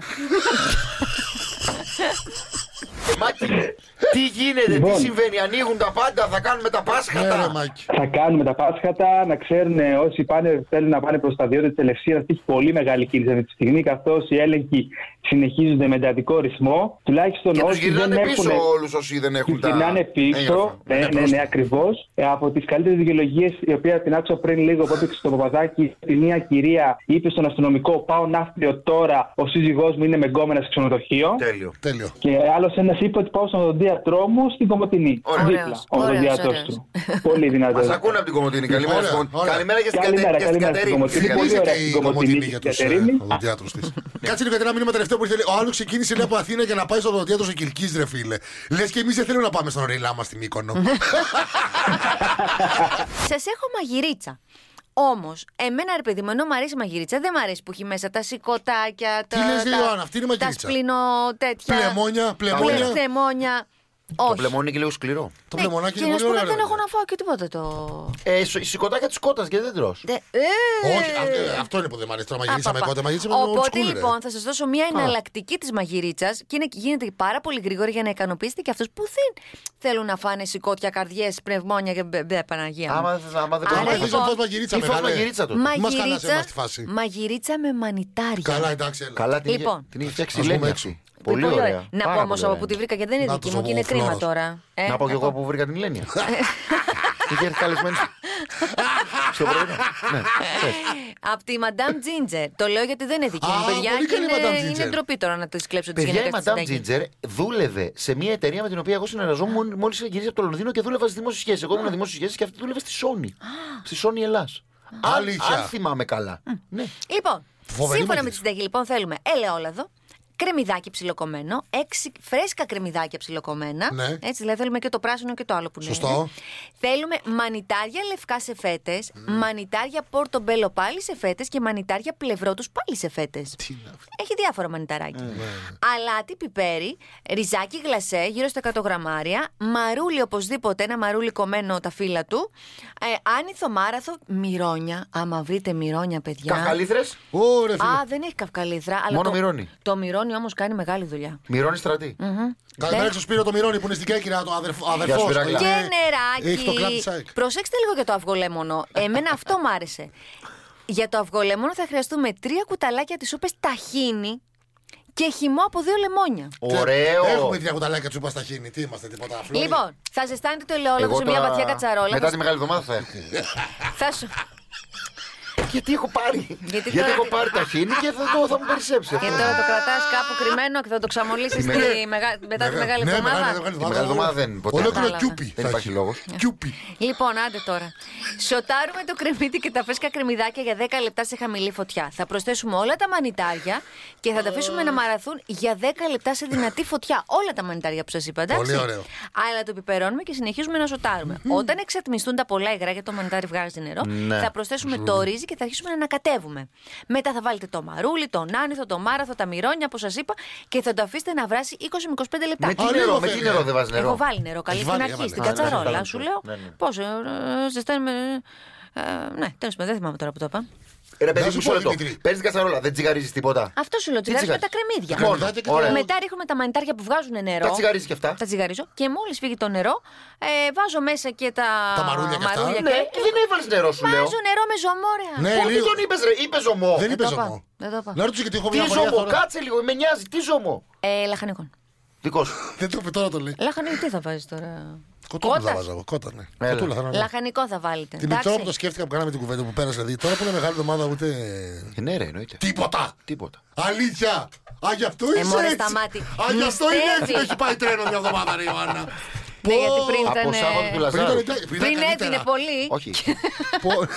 [SPEAKER 6] Μα τι- τι γίνεται, τι
[SPEAKER 4] Λοιπόν.
[SPEAKER 6] συμβαίνει, ανοίγουν τα πάντα, θα κάνουμε τα
[SPEAKER 3] Ναι, ρε
[SPEAKER 6] Πάσχατα.
[SPEAKER 3] Μάκη.
[SPEAKER 4] Θα κάνουμε τα Πάσχατα, να ξέρουν όσοι πάνε, θέλουν να πάνε προς τα δύο τη Ελευσίρα. Έχει πολύ μεγάλη κίνηση αυτή τη στιγμή, καθώς οι έλεγχοι συνεχίζονται με εντατικό ρυθμό. Τουλάχιστον
[SPEAKER 6] Και τους
[SPEAKER 4] όσοι δεν
[SPEAKER 6] γυρνάνε
[SPEAKER 4] έχουν.
[SPEAKER 6] πίσω όλους όσοι δεν έχουν τα.
[SPEAKER 4] Γυρνάνε
[SPEAKER 6] έγγραφα.
[SPEAKER 4] πίσω, ναι, ναι, ναι,
[SPEAKER 6] πρόστα.
[SPEAKER 4] ακριβώ. από τις καλύτερες δικαιολογίες, η οποία την άκουσα πριν λίγο που έπαιξε στο Παπαδάκι, τη μία κυρία είπε στον αστυνομικό: Πάω ναύπλιο τώρα, ο σύζυγός μου είναι με γκόμενα σε ξενοδοχείο.
[SPEAKER 6] Τέλειο.
[SPEAKER 3] Τέλειο.
[SPEAKER 4] Και άλλος ένα είπε ότι πάω στον οδοντίατρό μου στην Κομωτινή.
[SPEAKER 6] Ωραίος,
[SPEAKER 4] Δίπλα, ο
[SPEAKER 5] ωραίος,
[SPEAKER 4] οδοντίατρος
[SPEAKER 5] ωραίος.
[SPEAKER 4] του. Πολύ δυνατός.
[SPEAKER 6] Μας ακούνε από την Κομωτινή. Καλημέρα,
[SPEAKER 3] Ωραία,
[SPEAKER 6] στην Κομωτινή.
[SPEAKER 3] ωραία.
[SPEAKER 6] Καλημέρα και στην
[SPEAKER 4] Καλημέρα,
[SPEAKER 6] Κατε- και στην
[SPEAKER 4] καλημέρα στην
[SPEAKER 6] Κατερίνη.
[SPEAKER 4] Κομωτινή.
[SPEAKER 6] Καλημέρα.
[SPEAKER 4] Πολύ
[SPEAKER 3] Λυπήθηκε
[SPEAKER 4] ωραία
[SPEAKER 3] η
[SPEAKER 4] την
[SPEAKER 3] Κομωτινή
[SPEAKER 4] Κομωτινή
[SPEAKER 3] για ε,
[SPEAKER 4] και
[SPEAKER 3] του
[SPEAKER 4] την Κατερίνη.
[SPEAKER 3] οδοντιάτρου τη. Κάτσε λίγο γιατί ένα μήνυμα τελευταίο που ήρθε. λέει, Ο άλλος ξεκίνησε λέει, από Αθήνα για να πάει στο οδοντιάτρο σε Κυλκής, ρε φίλε. Λες και εμείς δεν θέλουμε να πάμε στον Ρίλα μας στην Μύκονο.
[SPEAKER 5] Ναι. Σας έχω μαγειρίτσα. Όμως, εμένα ρε παιδί μου, ενώ μου αρέσει η μαγειρίτσα, δεν μου αρέσει που έχει μέσα τα σηκωτάκια, τα.
[SPEAKER 3] Τι λες,
[SPEAKER 5] τα-
[SPEAKER 3] Ιωάννα, αυτή είναι η μαγειρίτσα.
[SPEAKER 5] Τα σπλήνω τέτοια.
[SPEAKER 3] Πλεμόνια, πλεμόνια.
[SPEAKER 5] Πλεμόνια.
[SPEAKER 6] Το
[SPEAKER 5] Όχι.
[SPEAKER 6] πλεμόνι είναι και λίγο σκληρό.
[SPEAKER 3] Το
[SPEAKER 5] Ναι,
[SPEAKER 3] πλεμονάκι
[SPEAKER 5] και
[SPEAKER 3] είναι
[SPEAKER 5] να
[SPEAKER 3] πολύ
[SPEAKER 5] σου πω
[SPEAKER 3] ωραίο.
[SPEAKER 5] δεν
[SPEAKER 3] ρε.
[SPEAKER 5] έχω να φάω και τίποτα το.
[SPEAKER 6] Ε, σο- η σηκωτάκια της κότας γιατί δεν τρως.
[SPEAKER 5] Δε- ε,
[SPEAKER 3] Όχι, αυ- αυτό είναι που δεν μ' αρέσει. Τώρα μαγειρίσαμε
[SPEAKER 5] Απαπα.
[SPEAKER 3] κότε, μαγειρίσαμε με old
[SPEAKER 5] Οπότε
[SPEAKER 3] school, ρε.
[SPEAKER 5] λοιπόν θα σας δώσω μια εναλλακτική της μαγειρίτσας και είναι, γίνεται πάρα πολύ γρήγορη για να ικανοποιήσετε και αυτούς που δεν θέλουν να φάνε σηκώτια, καρδιές, πνευμόνια και μπε, μπε, Παναγία. μου.
[SPEAKER 6] Άμα δεν άμα δεν
[SPEAKER 5] Άρα
[SPEAKER 6] μπορούμε να
[SPEAKER 5] λοιπόν-
[SPEAKER 3] Θες να φας μαγειρίτσα,
[SPEAKER 6] Τι φας
[SPEAKER 3] μεγάλε.
[SPEAKER 6] μαγειρίτσα του.
[SPEAKER 3] Μα- μας χαλάσε εμάς τη φάση.
[SPEAKER 5] μαγειρίτσα με μανιτάρια.
[SPEAKER 3] Καλά, εντάξει, έλα.
[SPEAKER 6] Καλά την είχε-
[SPEAKER 5] Λοιπόν.
[SPEAKER 6] την είχε φτιάξει η
[SPEAKER 3] Ας πούμε
[SPEAKER 6] Λένια
[SPEAKER 3] έξω.
[SPEAKER 6] αυτή.
[SPEAKER 5] Πολύ
[SPEAKER 6] Πολύ ωραία.
[SPEAKER 5] Να
[SPEAKER 6] Πάρα
[SPEAKER 5] πω όμως
[SPEAKER 6] πολύ
[SPEAKER 5] από
[SPEAKER 6] ωραία.
[SPEAKER 5] που τη βρήκα γιατί δεν είναι
[SPEAKER 3] Να
[SPEAKER 5] δική
[SPEAKER 3] τους
[SPEAKER 5] μου και είναι
[SPEAKER 3] ο
[SPEAKER 5] κρίμα
[SPEAKER 3] Φλόρος.
[SPEAKER 5] τώρα. Ε,
[SPEAKER 6] Να πω κι εγώ που βρήκα την Λένια. Είχε έρθει καλεσμένη. Στο πρωινό. Ναι.
[SPEAKER 5] Από τη Madame Ginger. Το λέω γιατί δεν είναι δική
[SPEAKER 3] Α,
[SPEAKER 5] μου, παιδιά.
[SPEAKER 3] πολύ
[SPEAKER 5] και
[SPEAKER 3] καλή
[SPEAKER 5] είναι,
[SPEAKER 3] Madame Ginger.
[SPEAKER 5] είναι ντροπή τώρα να της κλέψω τη
[SPEAKER 6] Παιδιά, η
[SPEAKER 5] γυναίκα τη
[SPEAKER 6] Madame Ginger δούλευε σε μια εταιρεία με την οποία εγώ συνεργαζόμουν μόλι γυρίσει από το Λονδίνο και δούλευα στις δημόσιες σχέσεις. Εγώ ήμουν δημόσιες σχέσεις και αυτή δούλευε στη Sony. Στη Sony Ελλάς.
[SPEAKER 3] Αλήθεια.
[SPEAKER 6] Αν θυμάμαι καλά. Ναι.
[SPEAKER 5] Λοιπόν,
[SPEAKER 3] Φοβερή
[SPEAKER 5] σύμφωνα με τη
[SPEAKER 3] μαγειρίτσα.
[SPEAKER 5] συνταγή, λοιπόν, θέλουμε ελαιόλαδο, κρεμμυδάκι ψιλοκομμένο, έξι φρέσκα κρεμμυδάκια ψιλοκομμένα.
[SPEAKER 3] Ναι.
[SPEAKER 5] Έτσι, δηλαδή θέλουμε και το πράσινο και το άλλο που είναι.
[SPEAKER 3] Σωστό.
[SPEAKER 5] Θέλουμε μανιτάρια λευκά σε φέτες, μανιτάρια πορτομπέλο πάλι σε φέτες και μανιτάρια πλευρό τους πάλι σε φέτες. Έχει διάφορα μανιταράκια.
[SPEAKER 3] Ναι,
[SPEAKER 5] Αλάτι, πιπέρι, ριζάκι γλασέ γύρω στα 100 γραμμάρια, μαρούλι οπωσδήποτε, ένα μαρούλι κομμένο τα φύλλα του, ε, άνηθο μάραθο, μυρόνια. Άμα βρείτε μυρόνια, παιδιά.
[SPEAKER 6] Καχαλήθρε,
[SPEAKER 3] Ωραία, φίλε.
[SPEAKER 5] Α, δεν έχει καυκαλίδρα. Αλλά
[SPEAKER 6] Μόνο
[SPEAKER 5] το,
[SPEAKER 6] μυρώνει.
[SPEAKER 5] Το μυρώνει όμως κάνει μεγάλη δουλειά.
[SPEAKER 6] μυρώνει στρατή.
[SPEAKER 3] Καλημέρα και στο Σπύρο το Μυρώνη που είναι στην Κέκυρα, το αδερφό. αδερφός.
[SPEAKER 6] Σπυράκλα.
[SPEAKER 5] Και
[SPEAKER 3] Είναι-
[SPEAKER 5] νεράκι.
[SPEAKER 3] Ε, Έχει το κλαμπ της ΑΕΚ.
[SPEAKER 5] Προσέξτε λίγο για το αυγολέμονο. Εμένα αυτό μ' άρεσε. Για το αυγολέμονο θα χρειαστούμε τρία κουταλάκια της σούπες ταχίνι και χυμό από δύο λεμόνια.
[SPEAKER 3] Έχουμε
[SPEAKER 6] Ωραίο.
[SPEAKER 3] τρία κουταλάκια τσούπα στα χίνη. Τι είμαστε, τίποτα αφλό.
[SPEAKER 5] Λοιπόν, θα ζεστάνετε το ελαιόλαδο σε μια
[SPEAKER 6] τώρα-
[SPEAKER 5] βαθιά κατσαρόλα.
[SPEAKER 6] Μετά
[SPEAKER 5] θα-
[SPEAKER 6] τη μεγάλη εβδομάδα θα έχω.
[SPEAKER 5] θα σου-
[SPEAKER 6] Γιατί έχω πάρει.
[SPEAKER 5] Γιατί
[SPEAKER 6] Γιατί
[SPEAKER 5] τώρα-
[SPEAKER 6] έχω πάρει τα χίνη και θα το θα μου περισσέψει.
[SPEAKER 5] Και τώρα το κρατάς κάπου κρυμμένο και θα το ξαμολύσεις
[SPEAKER 6] Τη μεγάλη-
[SPEAKER 5] μετά τη
[SPEAKER 3] Ναι, μεγάλη
[SPEAKER 5] μεγάλη εβδομάδα.
[SPEAKER 6] Τη μεγάλη εβδομάδα δεν είναι ποτέ.
[SPEAKER 3] Ολόκληρο
[SPEAKER 5] Κατάλαβα.
[SPEAKER 3] κιούπι.
[SPEAKER 6] Δεν
[SPEAKER 3] θα
[SPEAKER 6] υπάρχει
[SPEAKER 3] έχει.
[SPEAKER 6] λόγος.
[SPEAKER 3] Κιούπι.
[SPEAKER 5] Λοιπόν, άντε τώρα. Σοτάρουμε το κρεμμύδι και τα φρέσκα κρεμμυδάκια για 10 λεπτά σε χαμηλή φωτιά. Θα προσθέσουμε όλα τα μανιτάρια και θα τα αφήσουμε να μαραθούν για 10 λεπτά σε δυνατή φωτιά. Όλα τα μανιτάρια που σας είπα, εντάξει.
[SPEAKER 3] Πολύ ωραίο.
[SPEAKER 5] Αλλά το πιπερώνουμε και συνεχίζουμε να σοτάρουμε. Όταν εξατμιστούν τα πολλά υγρά, γιατί το μανιτάρι βγάζει νερό,
[SPEAKER 6] Ναι.
[SPEAKER 5] θα προσθέσουμε το ρύζι και θα αρχίσουμε να ανακατεύουμε. Μετά θα βάλετε το μαρούλι, τον άνηθο, το μάραθο, τα μυρόνια που σας είπα και θα το αφήσετε να βράσει 20 με 25 λεπτά.
[SPEAKER 6] Με τι
[SPEAKER 3] Ωραίο
[SPEAKER 6] νερό, με τι
[SPEAKER 3] φέρνει.
[SPEAKER 6] νερό δεν βάζει νερό.
[SPEAKER 5] Έχω βάλει νερό. Καλή
[SPEAKER 3] Έχεις
[SPEAKER 5] στην
[SPEAKER 3] βάλει,
[SPEAKER 5] αρχή,
[SPEAKER 3] έβαλε.
[SPEAKER 5] στην
[SPEAKER 3] Α, ναι,
[SPEAKER 6] βάλει
[SPEAKER 5] κατσαρόλα,
[SPEAKER 6] νερό.
[SPEAKER 5] σου λέω.
[SPEAKER 6] Ναι, ναι.
[SPEAKER 5] Πόσο, ε, ζεσταίνουμε. ε, Ναι, τέλος πάντων, δεν θυμάμαι τώρα που το είπα.
[SPEAKER 6] Ρε
[SPEAKER 3] Να
[SPEAKER 6] παιδί,
[SPEAKER 3] σου
[SPEAKER 6] μισό
[SPEAKER 3] πω,
[SPEAKER 6] λεπτό.
[SPEAKER 3] Δημήτρη.
[SPEAKER 6] Παίρνει την κατσαρόλα, δεν τσιγαρίζεις τίποτα.
[SPEAKER 5] Αυτό σου λέω,
[SPEAKER 6] Τι
[SPEAKER 5] τσιγάρι με τα
[SPEAKER 6] τσιγάρεις?
[SPEAKER 5] κρεμμύδια.
[SPEAKER 6] Μόνο,
[SPEAKER 3] Κρεμμυδάκια και
[SPEAKER 6] ωραία.
[SPEAKER 5] Μετά ρίχνουμε τα μανιτάρια που βγάζουν νερό.
[SPEAKER 6] Τα τσιγαρίζεις και αυτά.
[SPEAKER 5] Τα τσιγαρίζω. Και μόλις φύγει το νερό, ε, βάζω μέσα και τα,
[SPEAKER 3] Τα μαρούλια και αυτά.
[SPEAKER 6] Ναι, και δεν έβαλες νερό, σου λέω.
[SPEAKER 5] Βάζω νερό με ζωμόρια.
[SPEAKER 3] Ναι,
[SPEAKER 6] Πού τι
[SPEAKER 3] λίγο.
[SPEAKER 6] τον είπες, ρε, είπες ζωμό.
[SPEAKER 3] Δεν είπες
[SPEAKER 5] το είπα.
[SPEAKER 3] ζωμό. Ναι.
[SPEAKER 5] Δεν το είπα.
[SPEAKER 3] Να ρωτήσω γιατί έχω μια
[SPEAKER 6] Τι
[SPEAKER 3] απορία
[SPEAKER 6] ζωμό,
[SPEAKER 3] τώρα.
[SPEAKER 6] κάτσε λίγο, με νοιάζει, τι ζωμό.
[SPEAKER 5] Ε, λαχανικών.
[SPEAKER 6] Δικός σου.
[SPEAKER 3] Δεν το πει τώρα το λέει.
[SPEAKER 5] Λαχανικό τι θα βάζεις τώρα.
[SPEAKER 3] Κοτόπουλα θα
[SPEAKER 5] Κότας.
[SPEAKER 3] βάζα εγώ. Κότα, ναι.
[SPEAKER 6] Έλα.
[SPEAKER 3] Κοτούλα θα είναι.
[SPEAKER 5] Λαχανικό θα βάλετε.
[SPEAKER 3] Την
[SPEAKER 5] εντάξει.
[SPEAKER 3] τώρα που το σκέφτηκα που κάναμε την κουβέντα που πέρασε, δηλαδή τώρα που είναι μεγάλη εβδομάδα ούτε.
[SPEAKER 6] Ε, ναι, ρε, εννοείται.
[SPEAKER 3] Τίποτα!
[SPEAKER 6] Τίποτα.
[SPEAKER 3] Αλήθεια! Α, γι' αυτό είσαι
[SPEAKER 5] μωρέ,
[SPEAKER 3] έτσι!
[SPEAKER 5] Ε, σταμάτη.
[SPEAKER 3] Α, γι' αυτό είναι έτσι!
[SPEAKER 5] Νηστεύει.
[SPEAKER 3] Έχει πάει τρένο μια εβδομάδα, ρε Ιωάννα.
[SPEAKER 5] Ναι, γιατί πριν
[SPEAKER 6] Από
[SPEAKER 5] ήταν. ε,
[SPEAKER 6] Σάββατο του
[SPEAKER 3] Πριν τον
[SPEAKER 6] Λαζάρου.
[SPEAKER 3] ήταν- πριν ήταν
[SPEAKER 5] Πριν έδινε
[SPEAKER 3] καλύτερα.
[SPEAKER 5] πολύ.
[SPEAKER 6] Όχι.
[SPEAKER 3] Πω-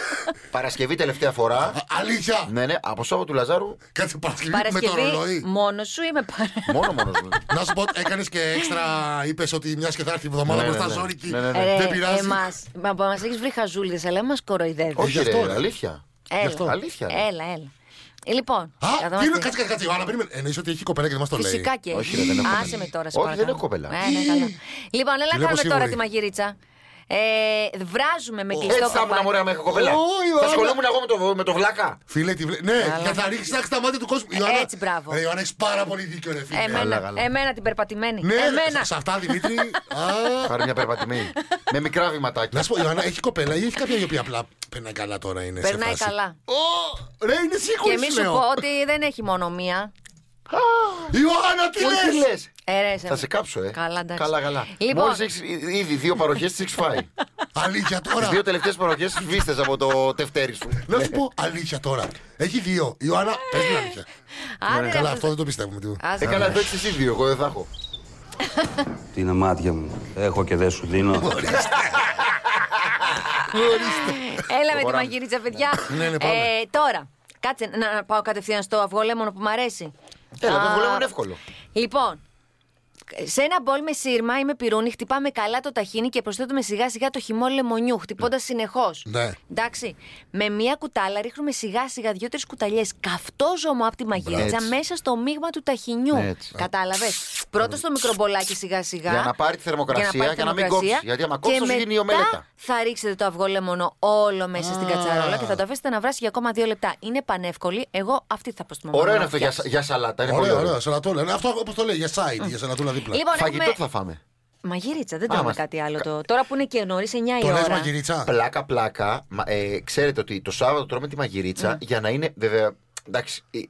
[SPEAKER 6] Παρασκευή τελευταία φορά.
[SPEAKER 3] Αλήθεια!
[SPEAKER 6] Ναι, ναι, από Σάββατο του Λαζάρου.
[SPEAKER 3] Κάτσε Παρασκευή με το
[SPEAKER 5] Παρασκευή,
[SPEAKER 3] ρολόι.
[SPEAKER 5] μόνος σου είμαι παρά.
[SPEAKER 6] Μόνο μόνος.
[SPEAKER 3] Να σου πω, έκανες και έξτρα. Είπες ότι μιας και θα έρθει η εβδομάδα
[SPEAKER 6] Ναι, ναι,
[SPEAKER 3] μπροστά
[SPEAKER 6] ναι.
[SPEAKER 3] ζώρικη.
[SPEAKER 6] Ναι, ναι, ναι.
[SPEAKER 5] Ρε,
[SPEAKER 3] ε, Δεν πειράζει.
[SPEAKER 5] εμάς, μα μα έχεις βρει χαζούλιδε, αλλά μας κοροϊδεύεις.
[SPEAKER 6] Όχι,
[SPEAKER 3] αυτό,
[SPEAKER 6] ρε,
[SPEAKER 3] ρε.
[SPEAKER 6] αλήθεια.
[SPEAKER 5] Έλα,
[SPEAKER 6] αυτό. Αλήθεια, ρε.
[SPEAKER 5] Έλα, έλα. Λοιπόν.
[SPEAKER 3] Α,
[SPEAKER 5] θα δω
[SPEAKER 3] τι είναι,
[SPEAKER 5] αυτή.
[SPEAKER 3] κάτσε, κάτσε, κάτσε. Ιωάννα, περίμενε. Ε, Εννοείς ότι έχει κοπέλα και δεν μας το λέει.
[SPEAKER 5] Φυσικά και.
[SPEAKER 6] Όχι, ρε, δεν έχω
[SPEAKER 5] Άσε με τώρα, σε
[SPEAKER 6] Όχι,
[SPEAKER 5] παρακαλώ.
[SPEAKER 6] δεν έχω κοπέλα.
[SPEAKER 5] Ε, ναι, καλά. λοιπόν, έλα
[SPEAKER 3] Την
[SPEAKER 5] να
[SPEAKER 3] έχω
[SPEAKER 5] κάνουμε τώρα
[SPEAKER 3] σίγουρη.
[SPEAKER 5] τη μαγειρίτσα. Ε, βράζουμε με κλειστό
[SPEAKER 6] Έτσι θα ήμουν μωρέ,
[SPEAKER 5] κουμπάκι.
[SPEAKER 6] άμα είχα κοπέλα.
[SPEAKER 3] Ω,
[SPEAKER 6] Θα
[SPEAKER 3] Ιωάννα.
[SPEAKER 6] ασχολούμουν εγώ με το, με το βλάκα.
[SPEAKER 3] Φίλε, τη βλέ... Ναι, για θα ρίξει τα μάτια του κόσμου. Ιωάννα,
[SPEAKER 5] Ε, έτσι, μπράβο.
[SPEAKER 3] Ρε, Ιωάννα, έχεις πάρα πολύ δίκιο, ρε φίλε.
[SPEAKER 5] Εμένα, εμένα την περπατημένη.
[SPEAKER 3] Ναι, ρε,
[SPEAKER 5] εμένα.
[SPEAKER 3] σε αυτά, Δημήτρη. α,
[SPEAKER 6] Πάρε μια περπατημένη. με μικρά βηματάκια.
[SPEAKER 3] Να σου πω, Ιωάννα, έχει κοπέλα ή έχει κάποια η οποία απλά περνάει καλά τώρα, είναι σε
[SPEAKER 5] Περνάει
[SPEAKER 3] φάση.
[SPEAKER 5] καλά.
[SPEAKER 3] Ω, ρε, είναι
[SPEAKER 5] Και
[SPEAKER 3] σίγουρη,
[SPEAKER 5] μη
[SPEAKER 3] σου
[SPEAKER 5] σου
[SPEAKER 3] λέω.
[SPEAKER 5] πω ότι δεν έχει μόνο μία.
[SPEAKER 3] Ιωάννα, τι
[SPEAKER 6] Ω, τι
[SPEAKER 3] λες.
[SPEAKER 6] λες.
[SPEAKER 5] Ε, ρε, σε-
[SPEAKER 6] Θα σε κάψω, ε.
[SPEAKER 5] Καλά, εντάξει.
[SPEAKER 6] Καλά, καλά.
[SPEAKER 5] Λοιπόν.
[SPEAKER 6] Μόλις έχεις εί- ήδη δύο παροχές της έχεις φάει.
[SPEAKER 3] Αλήθεια
[SPEAKER 6] Τις
[SPEAKER 3] τώρα.
[SPEAKER 6] δύο Ναι. τελευταίες παροχές τις βίστες από το τευτέρι σου.
[SPEAKER 3] Να σου πω, αλήθεια τώρα. Έχει δύο. Ιωάννα, πες την αλήθεια.
[SPEAKER 5] Άντε, ρε,
[SPEAKER 3] Καλά,
[SPEAKER 5] αυτό-
[SPEAKER 3] αυτό δεν το πιστεύουμε. τι-
[SPEAKER 5] Ας-
[SPEAKER 6] Ε, καλά, το έχεις εσύ δύο, εγώ δεν θα έχω.
[SPEAKER 11] Τι είναι μάτια μου. Έχω και δεν σου δίνω.
[SPEAKER 5] Έλα με τη
[SPEAKER 6] Προχωράμε.
[SPEAKER 5] μαγειρίτσα, παιδιά.
[SPEAKER 3] Ναι, ναι, πάμε.
[SPEAKER 5] Ε, Τώρα, κάτσε να να πάω κατευθείαν στο αυγολέμονο που μου αρέσει.
[SPEAKER 6] Έλα, το
[SPEAKER 5] Α,
[SPEAKER 6] βολεύουν εύκολο.
[SPEAKER 5] Λοιπόν, σε ένα μπολ με σύρμα ή με πυρούνι, χτυπάμε καλά το ταχίνι και προσθέτουμε σιγά σιγά το χυμό λεμονιού, χτυπώντας συνεχώς.
[SPEAKER 3] Ναι.
[SPEAKER 5] Εντάξει. Με μία κουτάλα ρίχνουμε σιγά σιγά δύο-τρει κουταλιές καυτό ζωμό από τη μαγειρίτσα
[SPEAKER 6] Έτσι.
[SPEAKER 5] μέσα στο μείγμα του ταχινιού.
[SPEAKER 6] Έτσι.
[SPEAKER 5] Κατάλαβες. Πρώτα στο μικρομπολάκι σιγά σιγά.
[SPEAKER 6] Για να πάρει τη θερμοκρασία και να μην κόψεις. Γιατί άμα κόψει,
[SPEAKER 5] Και
[SPEAKER 6] σου γίνει η
[SPEAKER 5] μετά
[SPEAKER 6] ομελέτα.
[SPEAKER 5] Θα ρίξετε το αυγό λεμονό όλο μέσα στην κατσαρόλα και θα το αφήσετε να βράσει για ακόμα δύο λεπτά. Είναι πανεύκολη. Εγώ αυτή θα πω στη μαμά
[SPEAKER 6] Ωραίο
[SPEAKER 5] μου
[SPEAKER 6] είναι
[SPEAKER 5] να
[SPEAKER 6] αυτό για,
[SPEAKER 5] φτιάξει.
[SPEAKER 6] σα- για σαλάτα. Είναι πολύ
[SPEAKER 3] Ωραία,
[SPEAKER 6] ωραίο.
[SPEAKER 3] ωραία, σαλατούλα. Ναι, Αυτό όπως το λέει, για side, για σαλατούλα δίπλα.
[SPEAKER 5] Λοιπόν,
[SPEAKER 6] Φαγητό
[SPEAKER 5] έχουμε-
[SPEAKER 6] τι θα φάμε.
[SPEAKER 5] Μαγειρίτσα, δεν
[SPEAKER 6] Α,
[SPEAKER 5] τρώμε
[SPEAKER 6] μας-
[SPEAKER 5] κάτι άλλο. Το... Τώρα που είναι και νωρίς, 9 η
[SPEAKER 3] Το λες
[SPEAKER 5] ώρα.
[SPEAKER 3] μαγειρίτσα.
[SPEAKER 6] Πλάκα, πλάκα. Μα, Ε, ξέρετε ότι το Σάββατο τρώμε τη
[SPEAKER 3] Ναι.
[SPEAKER 6] μαγειρίτσα για να είναι. Βέβαια, εντάξει, ε, ε,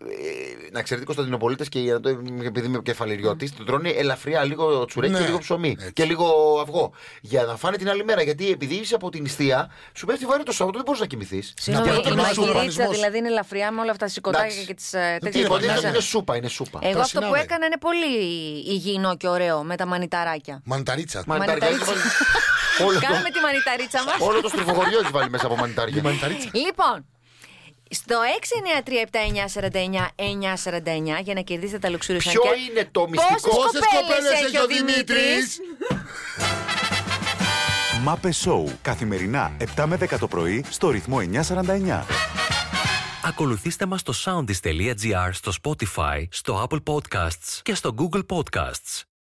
[SPEAKER 6] να ξέρετε οι Κωνσταντινοπολίτες και οι Ανατο- επειδή είμαι κεφαλαιριώτης, το τρώνε ελαφριά λίγο τσουρέκι
[SPEAKER 3] Ναι,
[SPEAKER 6] και λίγο ψωμί
[SPEAKER 3] έτσι.
[SPEAKER 6] και λίγο αυγό. Για να φάνε την άλλη μέρα. Γιατί επειδή είσαι από την νηστεία, σου πέφτει βάρη το Σάββατο, δεν μπορείς να κοιμηθείς.
[SPEAKER 5] Συγγνώμη,
[SPEAKER 3] Να
[SPEAKER 5] η
[SPEAKER 3] πω το μαγειρίτσα,
[SPEAKER 5] μαγειρίτσα
[SPEAKER 3] οργανισμός.
[SPEAKER 5] δηλαδή είναι ελαφριά με όλα αυτά τα σηκωτάκια
[SPEAKER 6] Εντάξει.
[SPEAKER 5] και τις ε,
[SPEAKER 3] Τι
[SPEAKER 5] τέτοιες
[SPEAKER 3] είπα,
[SPEAKER 6] Τίποτα,
[SPEAKER 5] κοντές.
[SPEAKER 6] είναι,
[SPEAKER 3] φαντάζομαι.
[SPEAKER 6] είναι σούπα, είναι σούπα.
[SPEAKER 5] Εγώ
[SPEAKER 3] το
[SPEAKER 5] αυτό που
[SPEAKER 3] συνάδελφο.
[SPEAKER 5] έκανα είναι πολύ υγιεινό και ωραίο με τα μανιταράκια.
[SPEAKER 3] Μανιταρίτσα.
[SPEAKER 6] Μανιτάρια
[SPEAKER 5] μανιταρίτσα.
[SPEAKER 6] έχει βάλει- όλο το-
[SPEAKER 5] Κάναμε τη μανιταρίτσα μας.
[SPEAKER 6] Όλο το στριφογοριό έχει βάλει μέσα από μανιτάρια.
[SPEAKER 5] Λοιπόν, στο 693-7949-949 για να κερδίσετε τα λουξούρια
[SPEAKER 6] Ποιο είναι το μυστικό.
[SPEAKER 3] Πόσες
[SPEAKER 5] κοπέλες
[SPEAKER 3] κοπέλες
[SPEAKER 5] έχει ο Δημήτρης?
[SPEAKER 2] Μάπε Σόου. Καθημερινά 7 με 10 το πρωί στο ρυθμό 949.
[SPEAKER 11] Ακολουθήστε μας στο soundist.gr, στο Spotify, στο Apple Podcasts και στο Google Podcasts.